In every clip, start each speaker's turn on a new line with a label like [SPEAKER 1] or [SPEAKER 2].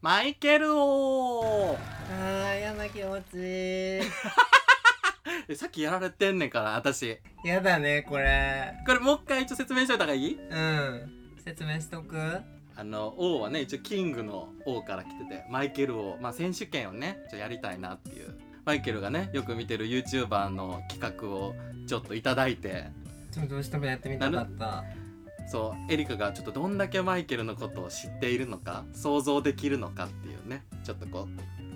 [SPEAKER 1] マイケル王
[SPEAKER 2] あー、やな気持ちいい。
[SPEAKER 1] えさっきやられてんねんから、私。
[SPEAKER 2] やだね、これ。
[SPEAKER 1] これもう一回一応説明しといた方がいい
[SPEAKER 2] うん。説明しとく
[SPEAKER 1] あの、王はね、一応キングの王から来てて、マイケル王、まあ選手権をね、ちょっとやりたいなっていう。マイケルがね、よく見てる YouTuber の企画をちょっといただいて、
[SPEAKER 2] ちょっとどうしてもやってみたかった。
[SPEAKER 1] そうエリカがちょっとどんだけマイケルのことを知っているのか想像できるのかっていうねちょっとこ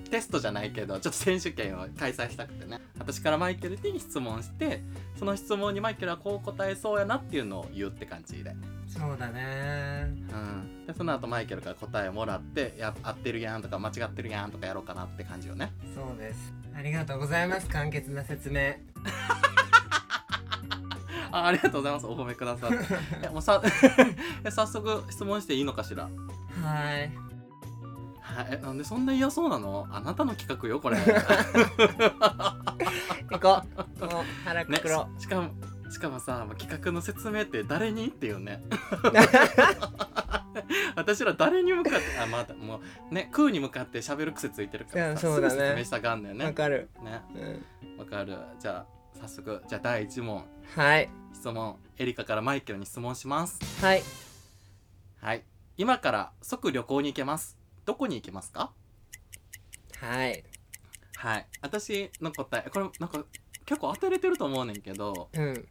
[SPEAKER 1] うテストじゃないけどちょっと選手権を開催したくてね私からマイケルに質問してその質問にマイケルはこう答えそうやなっていうのを言うって感じで,、
[SPEAKER 2] そうだね。
[SPEAKER 1] うん、でその後マイケルから答えをもらってや合ってるやんとか間違ってるやんとかやろうかなって感じよね
[SPEAKER 2] そうです。ありがとうございます。簡潔な説 明。
[SPEAKER 1] あありがとうございますお褒めくださってえもうさ え早速質問していいのかしら
[SPEAKER 2] はい。
[SPEAKER 1] はいえなんでそんな嫌そうなのあなたの企画よこれ
[SPEAKER 2] 行こう。もう腹
[SPEAKER 1] ね
[SPEAKER 2] くくろ、
[SPEAKER 1] ししかもしかもさまあ企画の説明って誰にっていう ね
[SPEAKER 2] う。
[SPEAKER 1] 私ら誰に向かってあまだもうね空に向かって喋る癖ついてるからさ
[SPEAKER 2] いやそうだね
[SPEAKER 1] すぐ説明したがんだよね
[SPEAKER 2] わかる。
[SPEAKER 1] ね
[SPEAKER 2] うん。
[SPEAKER 1] わかるじゃあ早速じゃあ第1問
[SPEAKER 2] はい。
[SPEAKER 1] 質問エリカからマイケルに質問します
[SPEAKER 2] はい。
[SPEAKER 1] はい今から即旅行に行けますどこに行けますか
[SPEAKER 2] はい。
[SPEAKER 1] はい私の答えこれなんか結構当てれてると思うねんけど
[SPEAKER 2] うん。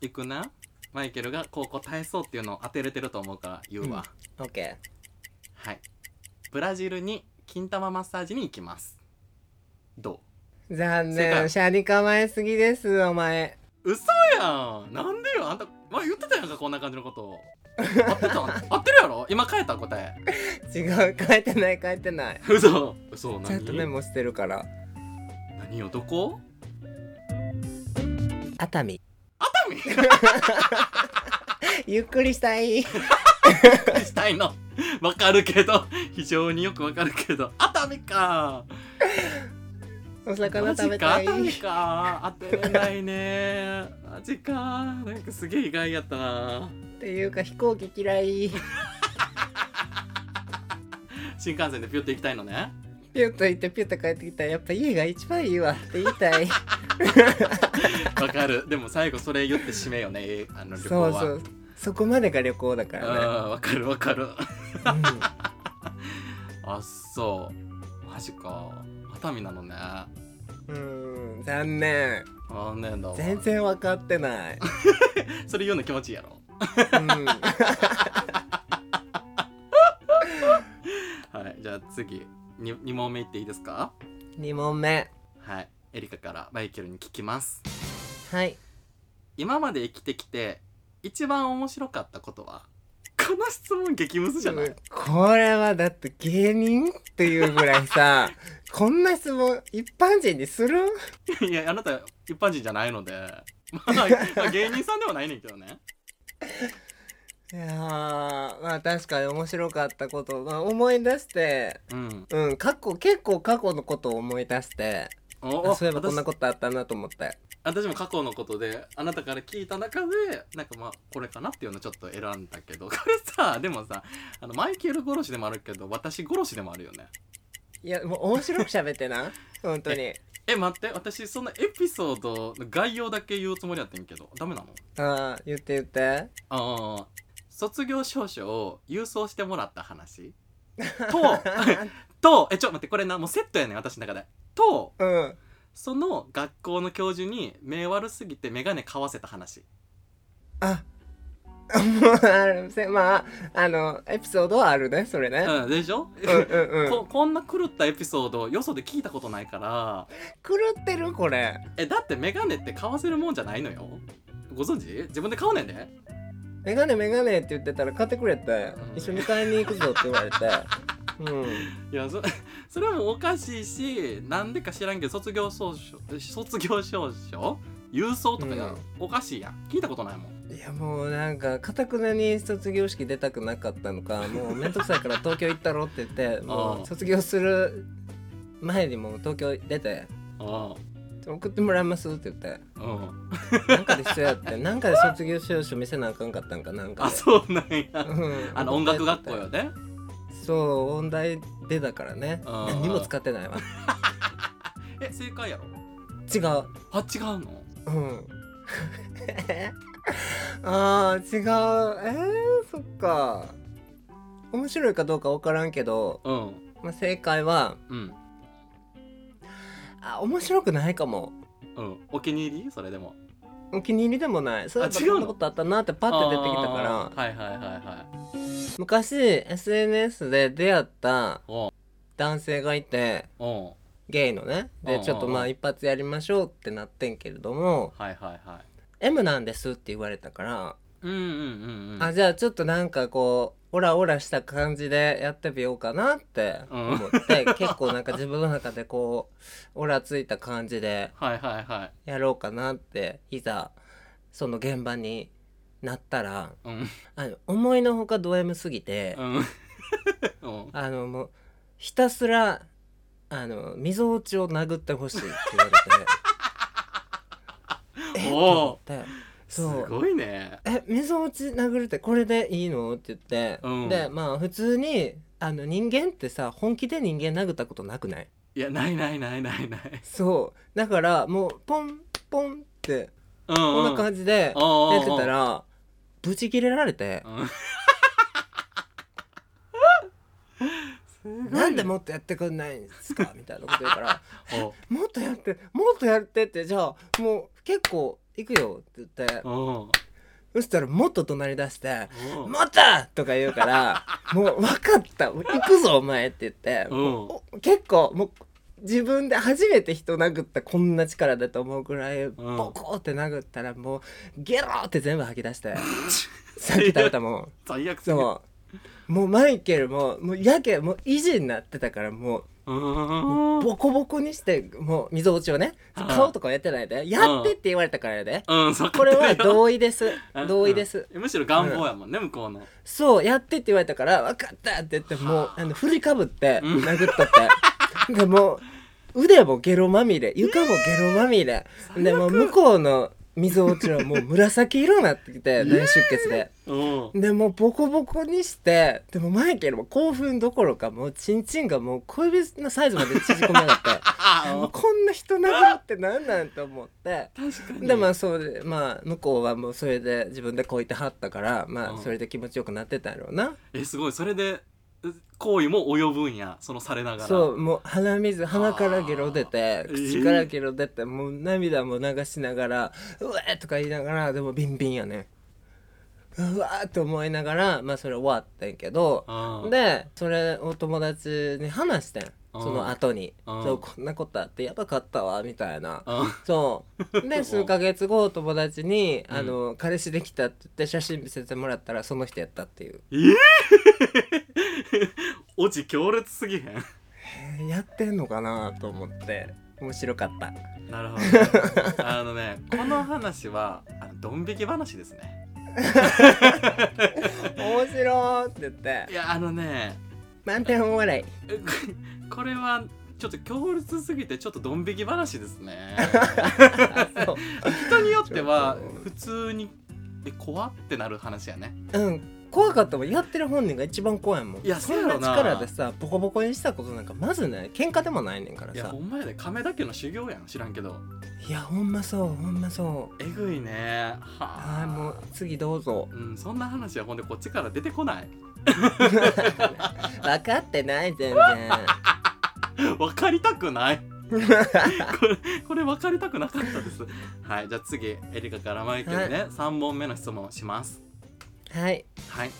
[SPEAKER 1] 行くなマイケルがこう答えそうっていうのを当てれてると思うから言うわ、
[SPEAKER 2] うんオッケ
[SPEAKER 1] はい。ブラジルに金玉マッサージに行きます。ど
[SPEAKER 2] ー。残
[SPEAKER 1] 正
[SPEAKER 2] 念。
[SPEAKER 1] 解
[SPEAKER 2] シャリ構えすぎです、お前。
[SPEAKER 1] う嘘やんなんでよあんた、ま言ってたやんか、こんな感じのこと。合って た合ってるやろ今変えた答え。
[SPEAKER 2] 違う。書いてない、書いてない。
[SPEAKER 1] 嘘嘘
[SPEAKER 2] ちゃんとメ
[SPEAKER 1] 何
[SPEAKER 2] モしてるから。
[SPEAKER 1] 何よ、どこ
[SPEAKER 2] 熱海。
[SPEAKER 1] 熱海
[SPEAKER 2] ゆっくりしたい。
[SPEAKER 1] したいの。 わかるけど、非常によくわかるけど、熱海か
[SPEAKER 2] お魚
[SPEAKER 1] マジ
[SPEAKER 2] 食べた
[SPEAKER 1] か
[SPEAKER 2] い。
[SPEAKER 1] 熱海か当てれないねマジかなんかすげえ意外やったな
[SPEAKER 2] っていうか飛行機嫌い。
[SPEAKER 1] 新幹線でピュッて行きたいの ね。
[SPEAKER 2] ピュッと行ってピュッと帰ってきたらやっぱ家が一番いいわって言いた い。
[SPEAKER 1] わかる。でも最後それ言って締めよね。えあの旅行
[SPEAKER 2] そ
[SPEAKER 1] は。
[SPEAKER 2] うそう。そこまでが旅行だか
[SPEAKER 1] うん。
[SPEAKER 2] らね。
[SPEAKER 1] わかるわかる。
[SPEAKER 2] うん
[SPEAKER 1] あそう。マジか。熱海なのね。
[SPEAKER 2] うーん残念
[SPEAKER 1] 残念だわ。
[SPEAKER 2] 全然分かってない、
[SPEAKER 1] それ言うの気持ちいいやろ。
[SPEAKER 2] うん、
[SPEAKER 1] はい。じゃあ次に二問目いっていいですか。
[SPEAKER 2] 2問目
[SPEAKER 1] はい。エリカからマイケルに聞きます。
[SPEAKER 2] はい
[SPEAKER 1] 今まで生きてきて一番面白かったことは。この質問激ムズじゃない。
[SPEAKER 2] これはだって芸人っていうぐらいさこんな質問一般人にする
[SPEAKER 1] いやあなた一般人じゃないので。 まあ、まあ芸人さんではないねんけどね。
[SPEAKER 2] いやーまあ確かに面白かったこと、まあ、思い出して
[SPEAKER 1] うん。
[SPEAKER 2] うん過去結構過去のことを思い出して
[SPEAKER 1] お
[SPEAKER 2] あそういえばこん
[SPEAKER 1] 私
[SPEAKER 2] なことあったなと思って
[SPEAKER 1] 私も過去のことであなたから聞いた中でなんかまあこれかなっていうのをちょっと選んだけど これさでもさあのマイケル殺しでもあるけど私殺しでもあるよね
[SPEAKER 2] いやもう面白く喋ってな 本当に
[SPEAKER 1] え待って私そんなエピソードの概要だけ言うつもりやってんけどダメなの
[SPEAKER 2] ああ言って言って
[SPEAKER 1] ああ卒業証書を郵送してもらった話と とえちょ待ってこれなもうセットやねん私の中でと
[SPEAKER 2] うん
[SPEAKER 1] その学校の教授に目悪すぎて眼鏡買わせた話
[SPEAKER 2] あ、 もうあるせまああのエピソードはあるねそれね。
[SPEAKER 1] うんでしょ
[SPEAKER 2] うんうんうん。
[SPEAKER 1] ここんな狂ったエピソードをよそで聞いたことないから
[SPEAKER 2] 狂ってるこれ。
[SPEAKER 1] えだってメガネって買わせるもんじゃないのよご存知自分で買うねんで
[SPEAKER 2] メガネメガネって言ってたら買ってくれて
[SPEAKER 1] うん
[SPEAKER 2] 一緒に買いに行くぞって言われて。うん。
[SPEAKER 1] いやそ それもおかしいしなんでか知らんけど卒業証書卒業証書郵送とかや、
[SPEAKER 2] うん
[SPEAKER 1] おかしいやん聞いたことないもん
[SPEAKER 2] いやもうなんかかたくなに卒業式出たくなかった のかもう面倒くさいから東京行ったろって言って
[SPEAKER 1] あ
[SPEAKER 2] も
[SPEAKER 1] あ
[SPEAKER 2] う卒業する前にもう東京出て
[SPEAKER 1] あ
[SPEAKER 2] 送ってもらいますって言って
[SPEAKER 1] あうん
[SPEAKER 2] なんかで必要 やってなんかで卒業証書見せなあかんかったんかなんか
[SPEAKER 1] あ
[SPEAKER 2] で。
[SPEAKER 1] そうなんや
[SPEAKER 2] うん
[SPEAKER 1] あの音楽学校よね
[SPEAKER 2] そう音大でだからね
[SPEAKER 1] あー
[SPEAKER 2] 何も使ってないわ
[SPEAKER 1] え正解やろ
[SPEAKER 2] 違う
[SPEAKER 1] あ違うの
[SPEAKER 2] うん あー違うえー、そっか面白いかどうか分からんけど、
[SPEAKER 1] うん
[SPEAKER 2] まあ、正解は
[SPEAKER 1] うん
[SPEAKER 2] あ面白くないかも
[SPEAKER 1] うんお気に入りそれでも
[SPEAKER 2] お気に入りでもないそういえば
[SPEAKER 1] あ違うの
[SPEAKER 2] こんなことあったなってパッて出てきたから
[SPEAKER 1] あーはいはいはいはい
[SPEAKER 2] 昔 SNS で出会った
[SPEAKER 1] おう
[SPEAKER 2] 男性がいて
[SPEAKER 1] おう
[SPEAKER 2] ゲイのね
[SPEAKER 1] うんうんう
[SPEAKER 2] で
[SPEAKER 1] ん
[SPEAKER 2] ちょっとまあ一発やりましょうってなってんけれども
[SPEAKER 1] はいはいはい
[SPEAKER 2] 「M なんです」って言われたから、
[SPEAKER 1] うんうんうんうん
[SPEAKER 2] あじゃあちょっとなんかこうオラオラした感じでやってみようかなって思って、 結構なんか自分の中でこうオラついた感じで
[SPEAKER 1] はいはいはい
[SPEAKER 2] やろうかなっていざその現場になったら
[SPEAKER 1] うん
[SPEAKER 2] あの思いのほかド M すぎて。
[SPEAKER 1] うん うん
[SPEAKER 2] あのもうひたすらあの溝落ちを殴ってほしいって言わ れてえっと思って
[SPEAKER 1] す
[SPEAKER 2] そう
[SPEAKER 1] ごいね
[SPEAKER 2] え溝落ち殴るってこれでいいのって言って、
[SPEAKER 1] うん
[SPEAKER 2] でまあ普通にあの人間ってさ本気で人間殴ったことなくない
[SPEAKER 1] いやないないないないない
[SPEAKER 2] そうだからもうポンポンって
[SPEAKER 1] うん
[SPEAKER 2] こんな感じで
[SPEAKER 1] うん
[SPEAKER 2] やってたらブチ切れられて
[SPEAKER 1] うんすごいね
[SPEAKER 2] 「なんでもっとやってくんないんですか?」みたいなこと言う から
[SPEAKER 1] お
[SPEAKER 2] もっとやってもっとやってってじゃあもう結構行くよって言って
[SPEAKER 1] お
[SPEAKER 2] そしたらもっと怒鳴り出して「
[SPEAKER 1] お
[SPEAKER 2] もっと!」とか言うから 「もう分かった行くぞお前」って言って
[SPEAKER 1] うん
[SPEAKER 2] もうお結構もう自分で初めて人殴ったこんな力だと思うぐらいボコーって殴ったらもうゲローって全部吐き 出してさっき食べたもん。
[SPEAKER 1] 最悪すぎる
[SPEAKER 2] そうもうマイケルももうやけもう維持になってたからもう
[SPEAKER 1] うん
[SPEAKER 2] ボコボコにしてもう溝落ちをね
[SPEAKER 1] はい
[SPEAKER 2] 顔とかやってないでやってって言われたからやで
[SPEAKER 1] うんそう
[SPEAKER 2] これは同意 です
[SPEAKER 1] うん
[SPEAKER 2] 同意です
[SPEAKER 1] うんむしろ願望やもんね向こうの
[SPEAKER 2] そうやってって言われたから分かったって言ってもうあの振りかぶって
[SPEAKER 1] うん
[SPEAKER 2] 殴ったってでもう腕もゲロまみれ床もゲロまみれでもう向こうの溝落ちはもう紫色になってきて大出血で。
[SPEAKER 1] お
[SPEAKER 2] でもうボコボコにしてでもマイケルも興奮どころかもうチンチンがもう小指のサイズまで縮こめ られて。もうこんな人殴るってなんなんと思って
[SPEAKER 1] 確かに
[SPEAKER 2] でまあそうでまあ向こうはもうそれで自分でこう言ってはったからま
[SPEAKER 1] う
[SPEAKER 2] あ
[SPEAKER 1] ん
[SPEAKER 2] それで気持ちよくなってたんやろうな、
[SPEAKER 1] えすごいそれでう行為も及ぶんやそのされながら
[SPEAKER 2] そうもう鼻水鼻からゲロ出て
[SPEAKER 1] ー
[SPEAKER 2] 口からゲロ出て、もう涙も流しながら「うわ!」とか言いながらでもビンビンやねうわーと思いながらまあそれ終わってんけど
[SPEAKER 1] うん
[SPEAKER 2] でそれを友達に話してん
[SPEAKER 1] うん
[SPEAKER 2] その後に
[SPEAKER 1] うん
[SPEAKER 2] そうこんなことあってやばかったわみた いな
[SPEAKER 1] うん
[SPEAKER 2] そう
[SPEAKER 1] う
[SPEAKER 2] で
[SPEAKER 1] ん
[SPEAKER 2] 数ヶ月後友達に、
[SPEAKER 1] うん
[SPEAKER 2] あの彼氏できたって言って写真見せてもらったらその人やったっていう、
[SPEAKER 1] ええオチ強烈すぎへん
[SPEAKER 2] えーやってんのかなと思って面白か った
[SPEAKER 1] なるほど あのねこの話はあのドン引き話ですね
[SPEAKER 2] 面白いって言っ
[SPEAKER 1] い
[SPEAKER 2] て
[SPEAKER 1] やあのね
[SPEAKER 2] 満点 お笑い
[SPEAKER 1] えこれはちょっと強烈すぎてちょっとドン引き話です ね
[SPEAKER 2] あそう
[SPEAKER 1] 人によっては
[SPEAKER 2] ちょっと
[SPEAKER 1] 普通にえ怖ってなる話やね
[SPEAKER 2] うん怖かったもんやってる本人が一番怖いもん
[SPEAKER 1] いや
[SPEAKER 2] そ
[SPEAKER 1] せ
[SPEAKER 2] ん
[SPEAKER 1] や
[SPEAKER 2] な
[SPEAKER 1] ろな
[SPEAKER 2] 力でさボコボコにしたことなんかまずない喧嘩でもないねんから
[SPEAKER 1] いや
[SPEAKER 2] さ
[SPEAKER 1] ほんまやで亀田家の修行やん知らんけど
[SPEAKER 2] いやほんまそうほんまそう
[SPEAKER 1] えぐいねはあ
[SPEAKER 2] あーもう次どうぞ
[SPEAKER 1] うん、そんな話はほんでこっちから出てこない
[SPEAKER 2] 分かってない全然
[SPEAKER 1] 分かりたくないこれこれ分かりたくなかったですはいじゃあ次エリカからマイケルね、3本目の質問します
[SPEAKER 2] はい
[SPEAKER 1] はい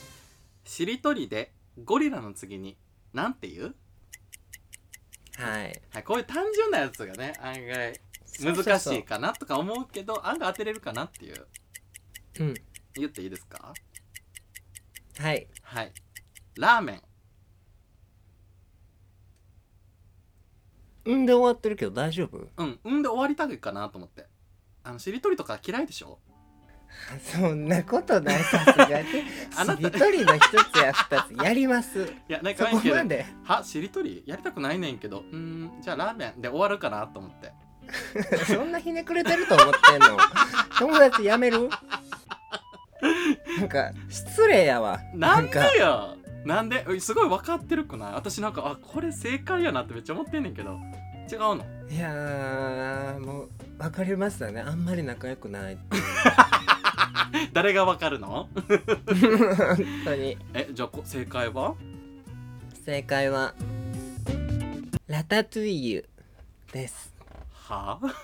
[SPEAKER 1] しりとりでゴリラの次になんて言う、
[SPEAKER 2] はい
[SPEAKER 1] はい、こういう単純なやつがね案外難しいかなとか思うけど案外当てれるかなっていう
[SPEAKER 2] うん
[SPEAKER 1] 言っていいですか
[SPEAKER 2] はい
[SPEAKER 1] はいラーメン
[SPEAKER 2] うんで終わってるけど大丈夫
[SPEAKER 1] うんうんで終わりたいかなと思ってあのしりとりとか嫌いでしょ
[SPEAKER 2] そんなことないさすがに
[SPEAKER 1] あなた
[SPEAKER 2] しりとりの一つや二つやります
[SPEAKER 1] いやなん
[SPEAKER 2] そ
[SPEAKER 1] か
[SPEAKER 2] こ
[SPEAKER 1] マイケ
[SPEAKER 2] ま
[SPEAKER 1] ル
[SPEAKER 2] で
[SPEAKER 1] はしりとりやりたくないねんけどうーんじゃあラーメンで終わるかなと思って
[SPEAKER 2] そんなひねくれてると思ってんの友達やめるなんか失礼やわ
[SPEAKER 1] なん
[SPEAKER 2] か
[SPEAKER 1] でよなんですごい分かってるくない私なんかあこれ正解やなってめっちゃ思ってんねんけど違うの
[SPEAKER 2] いやーもう分かりましたねあんまり仲良くない
[SPEAKER 1] 誰が分かるの
[SPEAKER 2] 本当に
[SPEAKER 1] えじゃあこ正解は
[SPEAKER 2] 正解はラタトゥイユです
[SPEAKER 1] はあ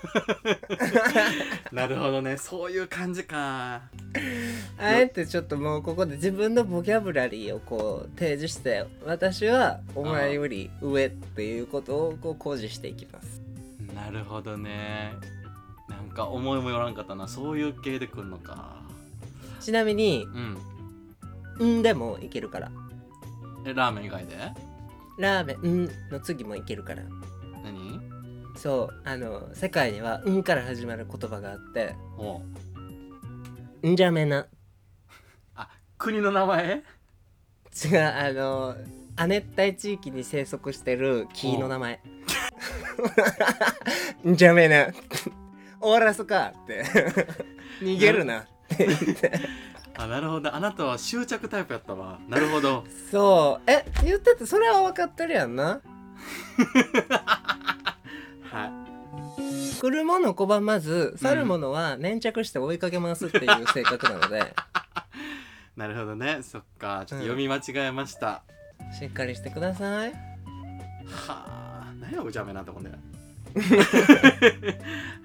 [SPEAKER 1] なるほどねそういう感じか
[SPEAKER 2] あえてちょっともうここで自分のボキャブラリーをこう提示して私はお前より上っていうことをこう講示していきます
[SPEAKER 1] なるほどねなんか思いもよらんかったなそういう系でくんのか
[SPEAKER 2] ちなみに
[SPEAKER 1] うん
[SPEAKER 2] 「ん」でもいけるから
[SPEAKER 1] えラーメン以外で
[SPEAKER 2] ラーメン「ん」の次もいけるから
[SPEAKER 1] 何
[SPEAKER 2] そうあの世界には「ん」から始まる言葉があって
[SPEAKER 1] おう
[SPEAKER 2] 「んじゃめな
[SPEAKER 1] 国の名前」
[SPEAKER 2] 違うあの亜熱帯地域に生息してる木の名前「んじゃめな」終わらすかって逃げるなって言って
[SPEAKER 1] あなるほどあなたは執着タイプやったわなるほど
[SPEAKER 2] そうえ言っててそれは分かってるやんな
[SPEAKER 1] は
[SPEAKER 2] 車の拒まず去るものは粘着して追いかけ回すっていう性格なので、
[SPEAKER 1] いなるほどねそっかちょっと読み間違えました、
[SPEAKER 2] しっかりしてください
[SPEAKER 1] はあ何やおじゃめなんてもんね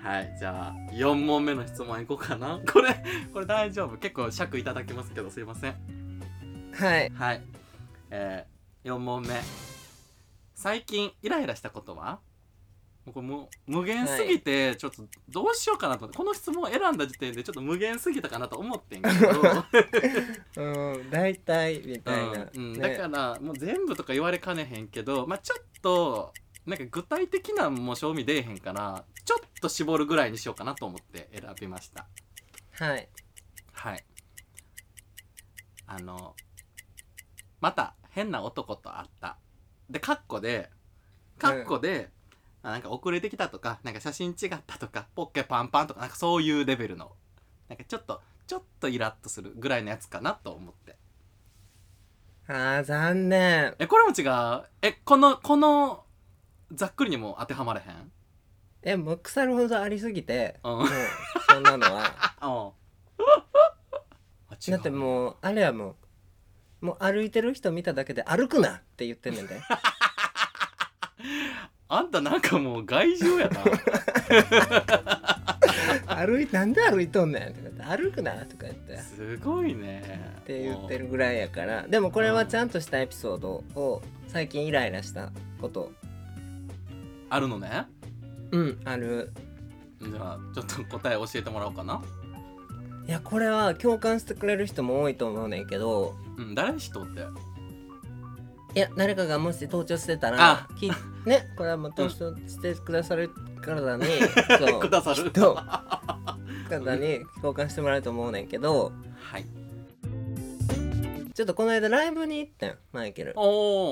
[SPEAKER 1] はいじゃあ4問目の質問いこうかなこれこれ大丈夫結構尺いただきますけどすいません
[SPEAKER 2] はい
[SPEAKER 1] はいえー、4問目最近イライラしたことはもうこれ無無限すぎてちょっとどうしようかなと思って、この質問を選んだ時点でちょっと無限すぎたかなと思ってんけど、
[SPEAKER 2] うん大体みたいな、
[SPEAKER 1] うんうん
[SPEAKER 2] ね
[SPEAKER 1] だからもう全部とか言われかねへんけど、まあ、ちょっとなんか具体的なんも賞味出えへんからちょっと絞るぐらいにしようかなと思って選びました
[SPEAKER 2] はい
[SPEAKER 1] はいあのまた変な男と会ったでカッコでカッコで、あなんか遅れてきたとかなんか写真違ったとかポッケパンパンとかなんかそういうレベルのなんかちょっとちょっとイラッとするぐらいのやつかなと思って
[SPEAKER 2] あー残念
[SPEAKER 1] えこれも違うえこのこのざっくりにも当てはまれへん
[SPEAKER 2] えもう腐るほどありすぎて
[SPEAKER 1] うん
[SPEAKER 2] もうそんなのは
[SPEAKER 1] あうんあ違う
[SPEAKER 2] だってもうあれはもうもう歩いてる人見ただけで歩くなって言ってんねんで
[SPEAKER 1] あんたなんかもう害獣やな
[SPEAKER 2] 歩いなんで歩いとんねんとか言って歩くなとか言って
[SPEAKER 1] すごいね
[SPEAKER 2] って言ってるぐらいやからでもこれはちゃんとしたエピソードを最近イライラしたこと
[SPEAKER 1] うんあるのね
[SPEAKER 2] うんある
[SPEAKER 1] じゃあちょっと答え教えてもらおうかない
[SPEAKER 2] やこれは共感してくれる人も多いと思うねんけど
[SPEAKER 1] うん誰人って
[SPEAKER 2] いや誰かがもし盗聴してた
[SPEAKER 1] あ
[SPEAKER 2] らきねこれはもう盗聴してくださる方に、 そう
[SPEAKER 1] くださる
[SPEAKER 2] きっと方に共感してもらえると思うねんけど
[SPEAKER 1] はい
[SPEAKER 2] ちょっとこの間ライブに行ってんマイケル
[SPEAKER 1] お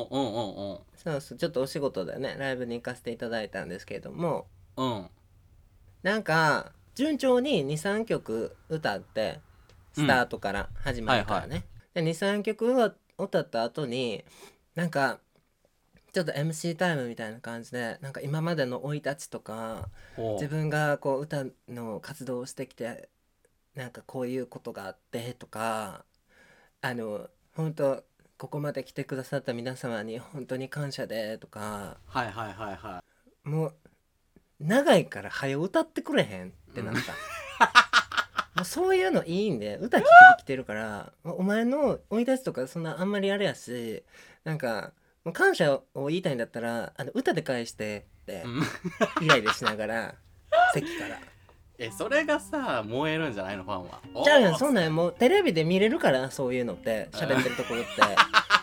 [SPEAKER 1] お
[SPEAKER 2] そうそうちょっとお仕事でねライブに行かせていただいたんですけれども
[SPEAKER 1] うんうんうんうん
[SPEAKER 2] なんか順調に23曲歌ってスタートから始まるからね、で23曲歌った後になんかちょっと MC タイムみたいな感じでなんか今までの生い立ちとか
[SPEAKER 1] お
[SPEAKER 2] 自
[SPEAKER 1] ー
[SPEAKER 2] 分がこう歌の活動をしてきてなんかこういうことがあってとかあの本当ここまで来てくださった皆様に本当に感謝でとか
[SPEAKER 1] はいはいはいは
[SPEAKER 2] もう長いから早う歌ってくれへんってなった、 もうそういうのいいんで歌聴きに来てるからもうお前の生い立ちとかそんなあんまりあれやしなんかもう感謝を言いたいんだったらあの歌で返してって
[SPEAKER 1] い、うん、
[SPEAKER 2] イライラしながら席から
[SPEAKER 1] えそれがさ燃えるんじゃないのファンは
[SPEAKER 2] 「ちゃうや
[SPEAKER 1] お
[SPEAKER 2] ん
[SPEAKER 1] ー
[SPEAKER 2] そんなんもうテレビで見れるからそういうのって喋ってるところ って」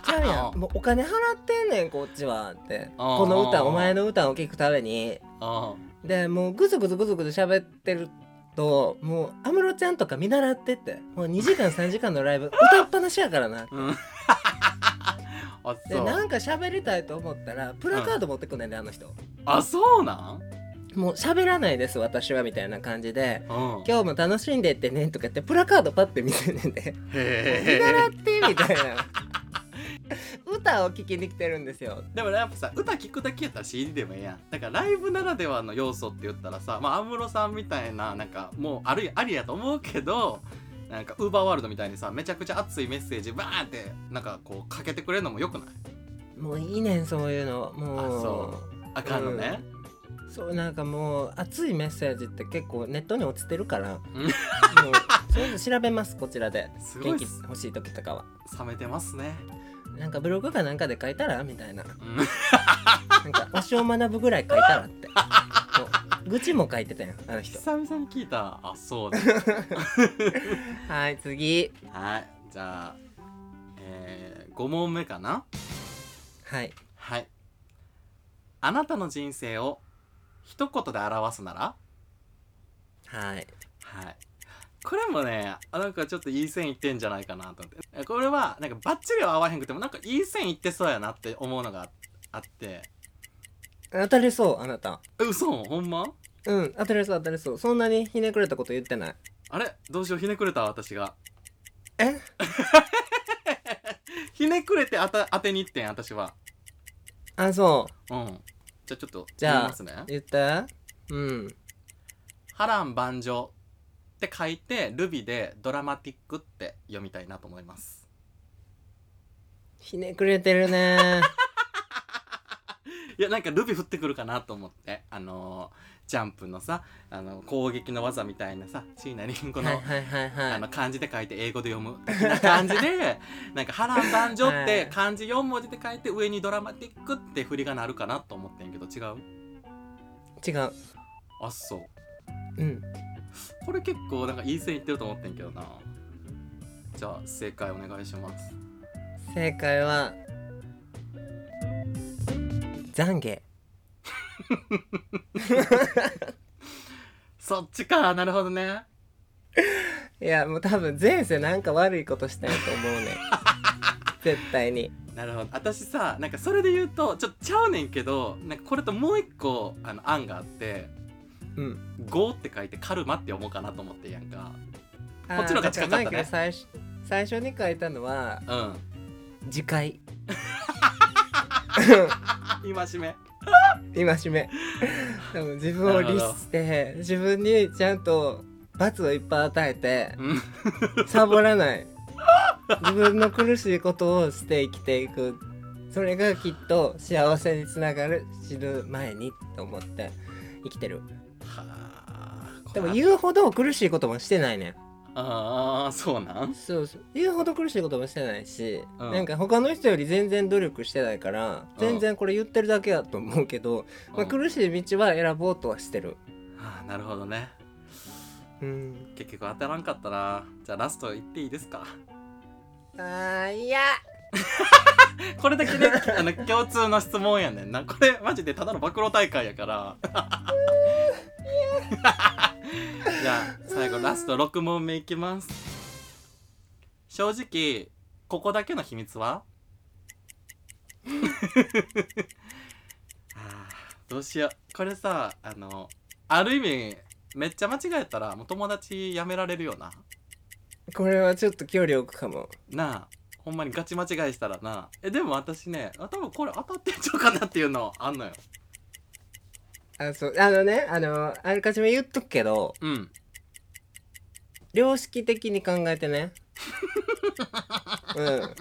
[SPEAKER 2] ちゃうやんもうお金払ってんねんこっちはって
[SPEAKER 1] あー
[SPEAKER 2] この歌お前の歌を聴くために
[SPEAKER 1] うん
[SPEAKER 2] でもうグズグズグズグズ喋ってるともう安室ちゃんとか見習ってってもう2時間3時間 のライブ歌っぱなしやからな
[SPEAKER 1] うんあ
[SPEAKER 2] で
[SPEAKER 1] そう
[SPEAKER 2] なんか喋りたいと思ったらプラカード持ってくんねんであの人
[SPEAKER 1] あそうなん
[SPEAKER 2] もう喋らないです私はみたいな感じで
[SPEAKER 1] うん
[SPEAKER 2] 今日も楽しんでってねとか言ってプラカードパッて見せんねんで
[SPEAKER 1] へ
[SPEAKER 2] 見習っ
[SPEAKER 1] え
[SPEAKER 2] てみたいな 歌を聴きに来てるんですよ
[SPEAKER 1] でもやっぱさ歌聴くだけやったら CD でもええやんだからライブならではの要素って言ったらさまあ安室さんみたいななんかもうあるありやと思うけどなんかウーバーワールドみたいにさめちゃくちゃ熱いメッセージバーンってなんかこうかけてくれるのもよくない
[SPEAKER 2] もういいねんそういうのもう
[SPEAKER 1] あそあかんのね、
[SPEAKER 2] そうなんかもう熱いメッセージって結構ネットに落ちてるから
[SPEAKER 1] うん
[SPEAKER 2] もうそういうの調べますこちらです
[SPEAKER 1] ご
[SPEAKER 2] 元
[SPEAKER 1] い
[SPEAKER 2] 気欲しい時とかは
[SPEAKER 1] 冷めてますね、
[SPEAKER 2] なんかブログかなんかで書いたらみたいな
[SPEAKER 1] うん、
[SPEAKER 2] なんか推しを学ぶぐらい書いたらってそう愚痴も書いてたよあの人
[SPEAKER 1] 久々に聞いたあそう だ
[SPEAKER 2] はい次
[SPEAKER 1] はいじゃあえー、5問目かな
[SPEAKER 2] はい
[SPEAKER 1] はいあなたの人生を一言で表すならは
[SPEAKER 2] はい
[SPEAKER 1] い。これもね、あなんかちょっといい線いってんじゃないかなと思って。これは、なんかバッチリは合わへんくても、なんかいい線いってそうやなって思うのがああって。
[SPEAKER 2] 当たりそうあなた
[SPEAKER 1] え、嘘ほんま
[SPEAKER 2] うん当たりそう当たりそうそんなにひねくれたこと言ってない
[SPEAKER 1] あれどうしよう、ひねくれた私が。
[SPEAKER 2] え
[SPEAKER 1] ひねくれて当た当てにいってん、私は。
[SPEAKER 2] あそ
[SPEAKER 1] うん。じゃあちょっと、
[SPEAKER 2] じゃあ
[SPEAKER 1] 言いますね
[SPEAKER 2] う。言ったうん
[SPEAKER 1] 波乱万丈って書いて、ルビでドラマティックって読みたいなと思います。
[SPEAKER 2] ひねくれてるね
[SPEAKER 1] いやなんかルビ降ってくるかなと思ってあのージャンプのさあの攻撃の技みたいなさ椎名林檎の,、
[SPEAKER 2] はいはいはい
[SPEAKER 1] あ
[SPEAKER 2] は
[SPEAKER 1] の漢字で書いて英語で読む的な感じ でなんか波乱万丈っ
[SPEAKER 2] は
[SPEAKER 1] て
[SPEAKER 2] い
[SPEAKER 1] 漢字4文字で書いて上にドラマティックって振りがなるかなと思ってんけど違う
[SPEAKER 2] い違う
[SPEAKER 1] あそう
[SPEAKER 2] うん
[SPEAKER 1] これ結構なんかいい線いってると思ってんけどなじゃあ正解お願いします
[SPEAKER 2] 正解は懺悔
[SPEAKER 1] そっちかなるほどね
[SPEAKER 2] いやもう多分前世なんか悪いことしたんやと思うねん 絶対に
[SPEAKER 1] なるほど私さなんかそれで言うとちょっとちゃうねんけどなんかこれともう一個あの案があって
[SPEAKER 2] う
[SPEAKER 1] 「
[SPEAKER 2] ん
[SPEAKER 1] ゴーって書いて「カルマ」って読もうかなと思ってんやんか
[SPEAKER 2] こ
[SPEAKER 1] っちの方が近かったね
[SPEAKER 2] 最初最初に書いたのは
[SPEAKER 1] うん
[SPEAKER 2] 次回
[SPEAKER 1] 今しめ
[SPEAKER 2] 今しめ でも自分を律して自分にちゃんと罰をいっぱい与えて
[SPEAKER 1] うん
[SPEAKER 2] サボらない自分の苦しいことをして生きていくそれがきっと幸せにつながる死ぬ前にと思って生きてる
[SPEAKER 1] はあ
[SPEAKER 2] でも
[SPEAKER 1] う
[SPEAKER 2] 言うほど苦しいこともしてないね
[SPEAKER 1] ああそうなん
[SPEAKER 2] んそうそう言うほど苦しいこともしてないし、
[SPEAKER 1] うん
[SPEAKER 2] なんか他の人より全然努力してないから
[SPEAKER 1] うん
[SPEAKER 2] 全然これ言ってるだけやと思うけど、まあ、
[SPEAKER 1] うん
[SPEAKER 2] 苦しい道は選ぼうとはしてる
[SPEAKER 1] はあなるほどね
[SPEAKER 2] うん
[SPEAKER 1] 結局当たらんかったなじゃあラストいっていいですか
[SPEAKER 2] あーいや
[SPEAKER 1] これだけね あの共通の質問やねんなこれマジでただの暴露大会やから じゃあ最後ラスト6問目いきます正直ここだけの秘密は あーどうしようこれさあのある意味めっちゃ間違えたらもう友達やめられるよな
[SPEAKER 2] これはちょっと距離を置くかも
[SPEAKER 1] なあほんまにガチ間違いしたらなえでも私ねあ多分これ当たってんちゃうかなっていうのあんのよ
[SPEAKER 2] あそうあのねあのあらかじめ言っとくけど
[SPEAKER 1] うん
[SPEAKER 2] 良識的に考えてね うん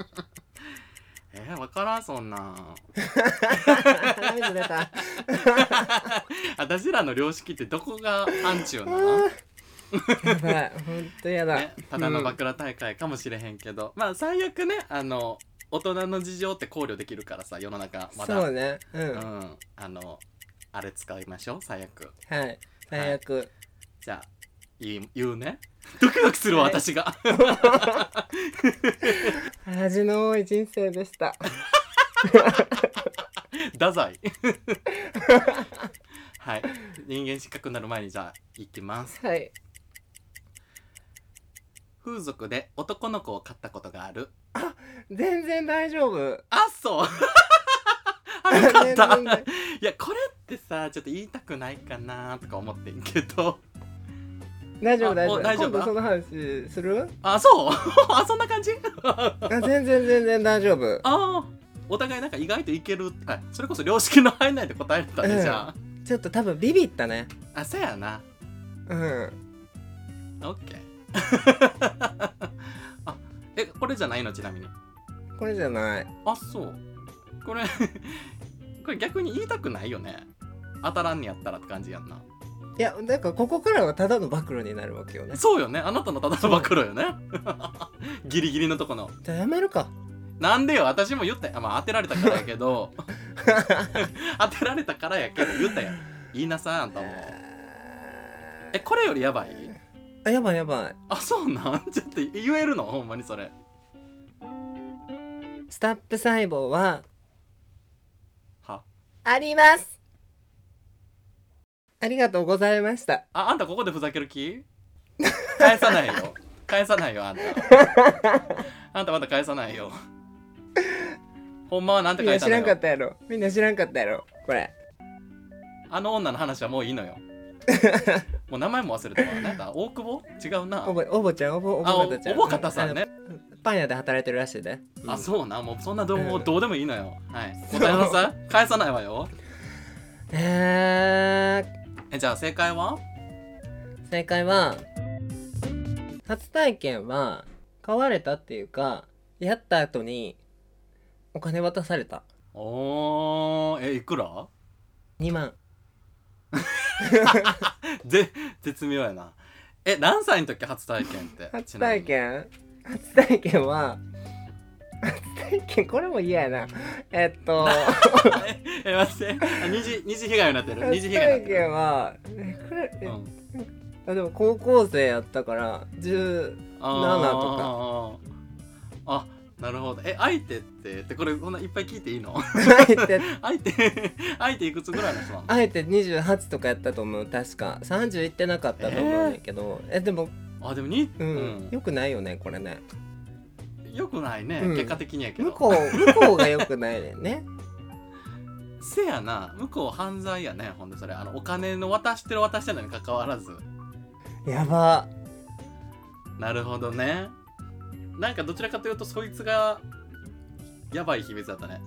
[SPEAKER 1] えー、分からんそんなん
[SPEAKER 2] 涙出たあ
[SPEAKER 1] 私らの良識ってどこがアンチよな
[SPEAKER 2] ーやばいほんとやだ、
[SPEAKER 1] ね、ただのバクラ大会かもしれへんけど、まあ最悪ねあの大人の事情って考慮できるからさ世の中まだ
[SPEAKER 2] そうねうん、
[SPEAKER 1] う、ん、あのあれ使いましょう最悪
[SPEAKER 2] はい最悪、
[SPEAKER 1] じゃあ言い言うねドキドキするわ
[SPEAKER 2] はい
[SPEAKER 1] 私が
[SPEAKER 2] 味の多い人生 でした
[SPEAKER 1] 太宰はい人間失格になる前にじゃあ行きます
[SPEAKER 2] はい
[SPEAKER 1] 風俗で男の子を飼ったことがある
[SPEAKER 2] 全然大丈夫
[SPEAKER 1] あそうあよかった
[SPEAKER 2] 全然
[SPEAKER 1] いやこれってさちょっと言いたくないかなとか思ってんけど
[SPEAKER 2] 大丈夫
[SPEAKER 1] あ
[SPEAKER 2] 大
[SPEAKER 1] も
[SPEAKER 2] 丈夫
[SPEAKER 1] う大丈夫
[SPEAKER 2] 今度その話 する
[SPEAKER 1] あそうあそんな感じあ
[SPEAKER 2] あ全然全然大丈夫
[SPEAKER 1] あお互いなんか意外といけるあそれこそ良識の範囲内で答えれたね、じゃあ
[SPEAKER 2] ちょっと多分ビビったね
[SPEAKER 1] あそうやな
[SPEAKER 2] うん
[SPEAKER 1] オッケー あえこれじゃないのちなみに
[SPEAKER 2] これじゃない
[SPEAKER 1] あそうこれ これ逆に言いたくないよね当たらんにやったらって感じやんない
[SPEAKER 2] やだからここからはただの暴露になるわけよね
[SPEAKER 1] そうよねあなたのただの暴露よね ギリギリのとこの
[SPEAKER 2] じゃあやめるか
[SPEAKER 1] なんでよ私も言ったよあまあ当てられたからやけど当てられたからやけど言ったやん言いなさいあんたもえこれよりやばい
[SPEAKER 2] あやばいやばい
[SPEAKER 1] あそうなん ちょっと言えるのほんまにそれ
[SPEAKER 2] スタップ細胞は
[SPEAKER 1] は
[SPEAKER 2] ありますありがとうございました
[SPEAKER 1] ああんたここでふざける気返さないよ返さないよあんたあんたまた返さないよほんまはなんて
[SPEAKER 2] みんな
[SPEAKER 1] 返した
[SPEAKER 2] 知
[SPEAKER 1] の
[SPEAKER 2] らんか
[SPEAKER 1] よ
[SPEAKER 2] ったやろみんな知らんかったやろこれ
[SPEAKER 1] あの女の話はもういいのよもう名前も忘れたわなんだ大久保違うな
[SPEAKER 2] おぼおぼちゃんおぼおぼ
[SPEAKER 1] あお
[SPEAKER 2] かたちゃん
[SPEAKER 1] おぼかたさんね
[SPEAKER 2] あのパン屋で働いてるらしいで、
[SPEAKER 1] あ
[SPEAKER 2] うん
[SPEAKER 1] そうなもうそんなどう,、
[SPEAKER 2] うん
[SPEAKER 1] どうでもいいのよはい答えなさい返さないわよ
[SPEAKER 2] え
[SPEAKER 1] えじゃあ正解は
[SPEAKER 2] ー、正解は初体験は買われたっていうかやった後にお金渡された
[SPEAKER 1] おーえいくら
[SPEAKER 2] 2万
[SPEAKER 1] ぜ絶妙やなえ何歳の時初体験って
[SPEAKER 2] 初
[SPEAKER 1] ちなみ
[SPEAKER 2] 体
[SPEAKER 1] に
[SPEAKER 2] 験初体験は初体験これも嫌やなえっと
[SPEAKER 1] え待ってあ二次二次被害になってる 二次
[SPEAKER 2] 初
[SPEAKER 1] 被害に
[SPEAKER 2] 体
[SPEAKER 1] なっ
[SPEAKER 2] 験はえこれ
[SPEAKER 1] て
[SPEAKER 2] え
[SPEAKER 1] る、うん、
[SPEAKER 2] あでも高校生やったから10
[SPEAKER 1] あーあなるほどえ相手ってってこれこんないっぱい聞いていいの
[SPEAKER 2] あえて
[SPEAKER 1] 相手相手いくつぐらいの人なの
[SPEAKER 2] あえて28とかやったと思う確か30いってなかったと思うんだけどえでも、
[SPEAKER 1] あでもに、
[SPEAKER 2] う
[SPEAKER 1] うんん
[SPEAKER 2] よくないよねこれね
[SPEAKER 1] よくないね、
[SPEAKER 2] うん
[SPEAKER 1] 結果的にやけ
[SPEAKER 2] 向
[SPEAKER 1] ど
[SPEAKER 2] こう向こうがよくないね んね
[SPEAKER 1] せやな向こう犯罪やねほんでそれあのお金の渡してる渡してないに関わらず
[SPEAKER 2] やば
[SPEAKER 1] なるほどねなんかどちらかというとそいつがやばい秘密だったね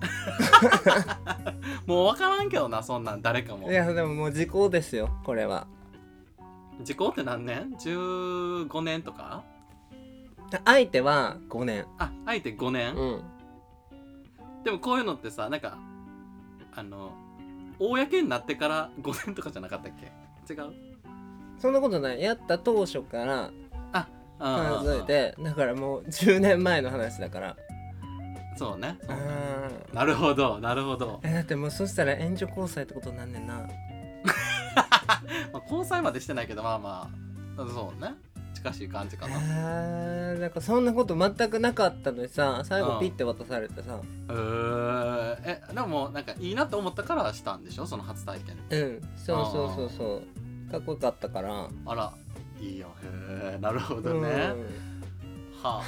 [SPEAKER 1] もう分からんけどなそんなん誰かも
[SPEAKER 2] いやでももう時効ですよこれは
[SPEAKER 1] 時効って何年 ?15 年とか
[SPEAKER 2] 相手は5年
[SPEAKER 1] ああえて5
[SPEAKER 2] う
[SPEAKER 1] 年、
[SPEAKER 2] ん
[SPEAKER 1] でもこういうのってさなんかあの公になってから5年とかじゃなかったっけ違う
[SPEAKER 2] そんなことないやった当初から
[SPEAKER 1] あ
[SPEAKER 2] 数えてだからもう10年前の話だから
[SPEAKER 1] そうね
[SPEAKER 2] あ
[SPEAKER 1] なるほどなるほど、
[SPEAKER 2] えだってもうそしたら援助交際ってことになんねんな
[SPEAKER 1] まあ、交際までしてないけどまあまあそうね近しい感じかな
[SPEAKER 2] えー、なんかそんなこと全くなかったのにさ最
[SPEAKER 1] う
[SPEAKER 2] 後
[SPEAKER 1] ん
[SPEAKER 2] ピッて渡されてさ
[SPEAKER 1] うーえでもなんかいいなと思ったからしたんでしょその初体験
[SPEAKER 2] うんそうそうそうそうかっこよかったから、
[SPEAKER 1] あらいいよへえなるほ
[SPEAKER 2] う
[SPEAKER 1] ど
[SPEAKER 2] ん、
[SPEAKER 1] ね、はあ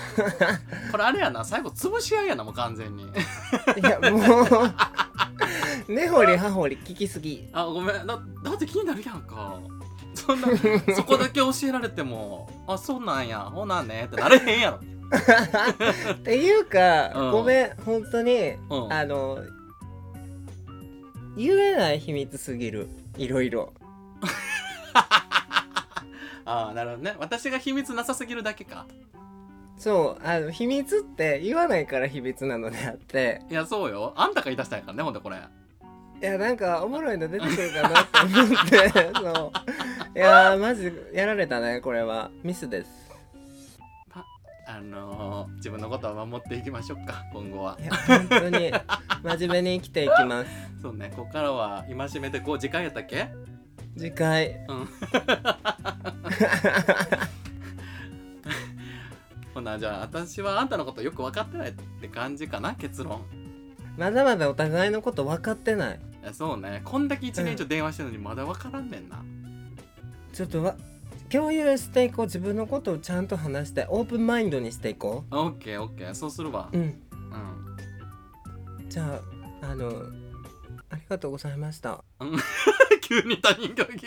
[SPEAKER 1] これあれやな最後潰し合いやなもう完全に
[SPEAKER 2] いやもう根掘り葉掘り聞きすぎ
[SPEAKER 1] あごめんだだって気になるやんかそ んなそこだけ教えられてもあそうなんやほなねってなれへんやろ
[SPEAKER 2] っていうか、
[SPEAKER 1] うん
[SPEAKER 2] ごめん本当に
[SPEAKER 1] うん
[SPEAKER 2] あの言えない秘密すぎるいろいろ
[SPEAKER 1] ああなるほどね私が秘密なさすぎるだけか
[SPEAKER 2] そうあの秘密って言わないから秘密なのであって
[SPEAKER 1] いやそうよあんたが言い出したんやからねほんでこれ
[SPEAKER 2] いやなんかおもろいの出てくるかなって思ってそういやーマジやられたねこれはミスです
[SPEAKER 1] あのー自分のことは守っていきましょうか今後はい
[SPEAKER 2] や本当に真面目に生きていきます
[SPEAKER 1] そうねここからは戒めてこう時間やったっけ
[SPEAKER 2] 次回
[SPEAKER 1] ほなじゃあ私はあんたのことよく分かってないって感じかな結論
[SPEAKER 2] まだまだお互いのこと分かってない
[SPEAKER 1] いやそうねこんだけ1年以上電話してるのにまだ分からんねんな、
[SPEAKER 2] ちょっとわ共有していこう自分のことをちゃんと話してオープンマインドにしていこ
[SPEAKER 1] オッケーオッケーそうするわ
[SPEAKER 2] ううん
[SPEAKER 1] うん
[SPEAKER 2] じゃああのありがとうございました
[SPEAKER 1] 急に他人行儀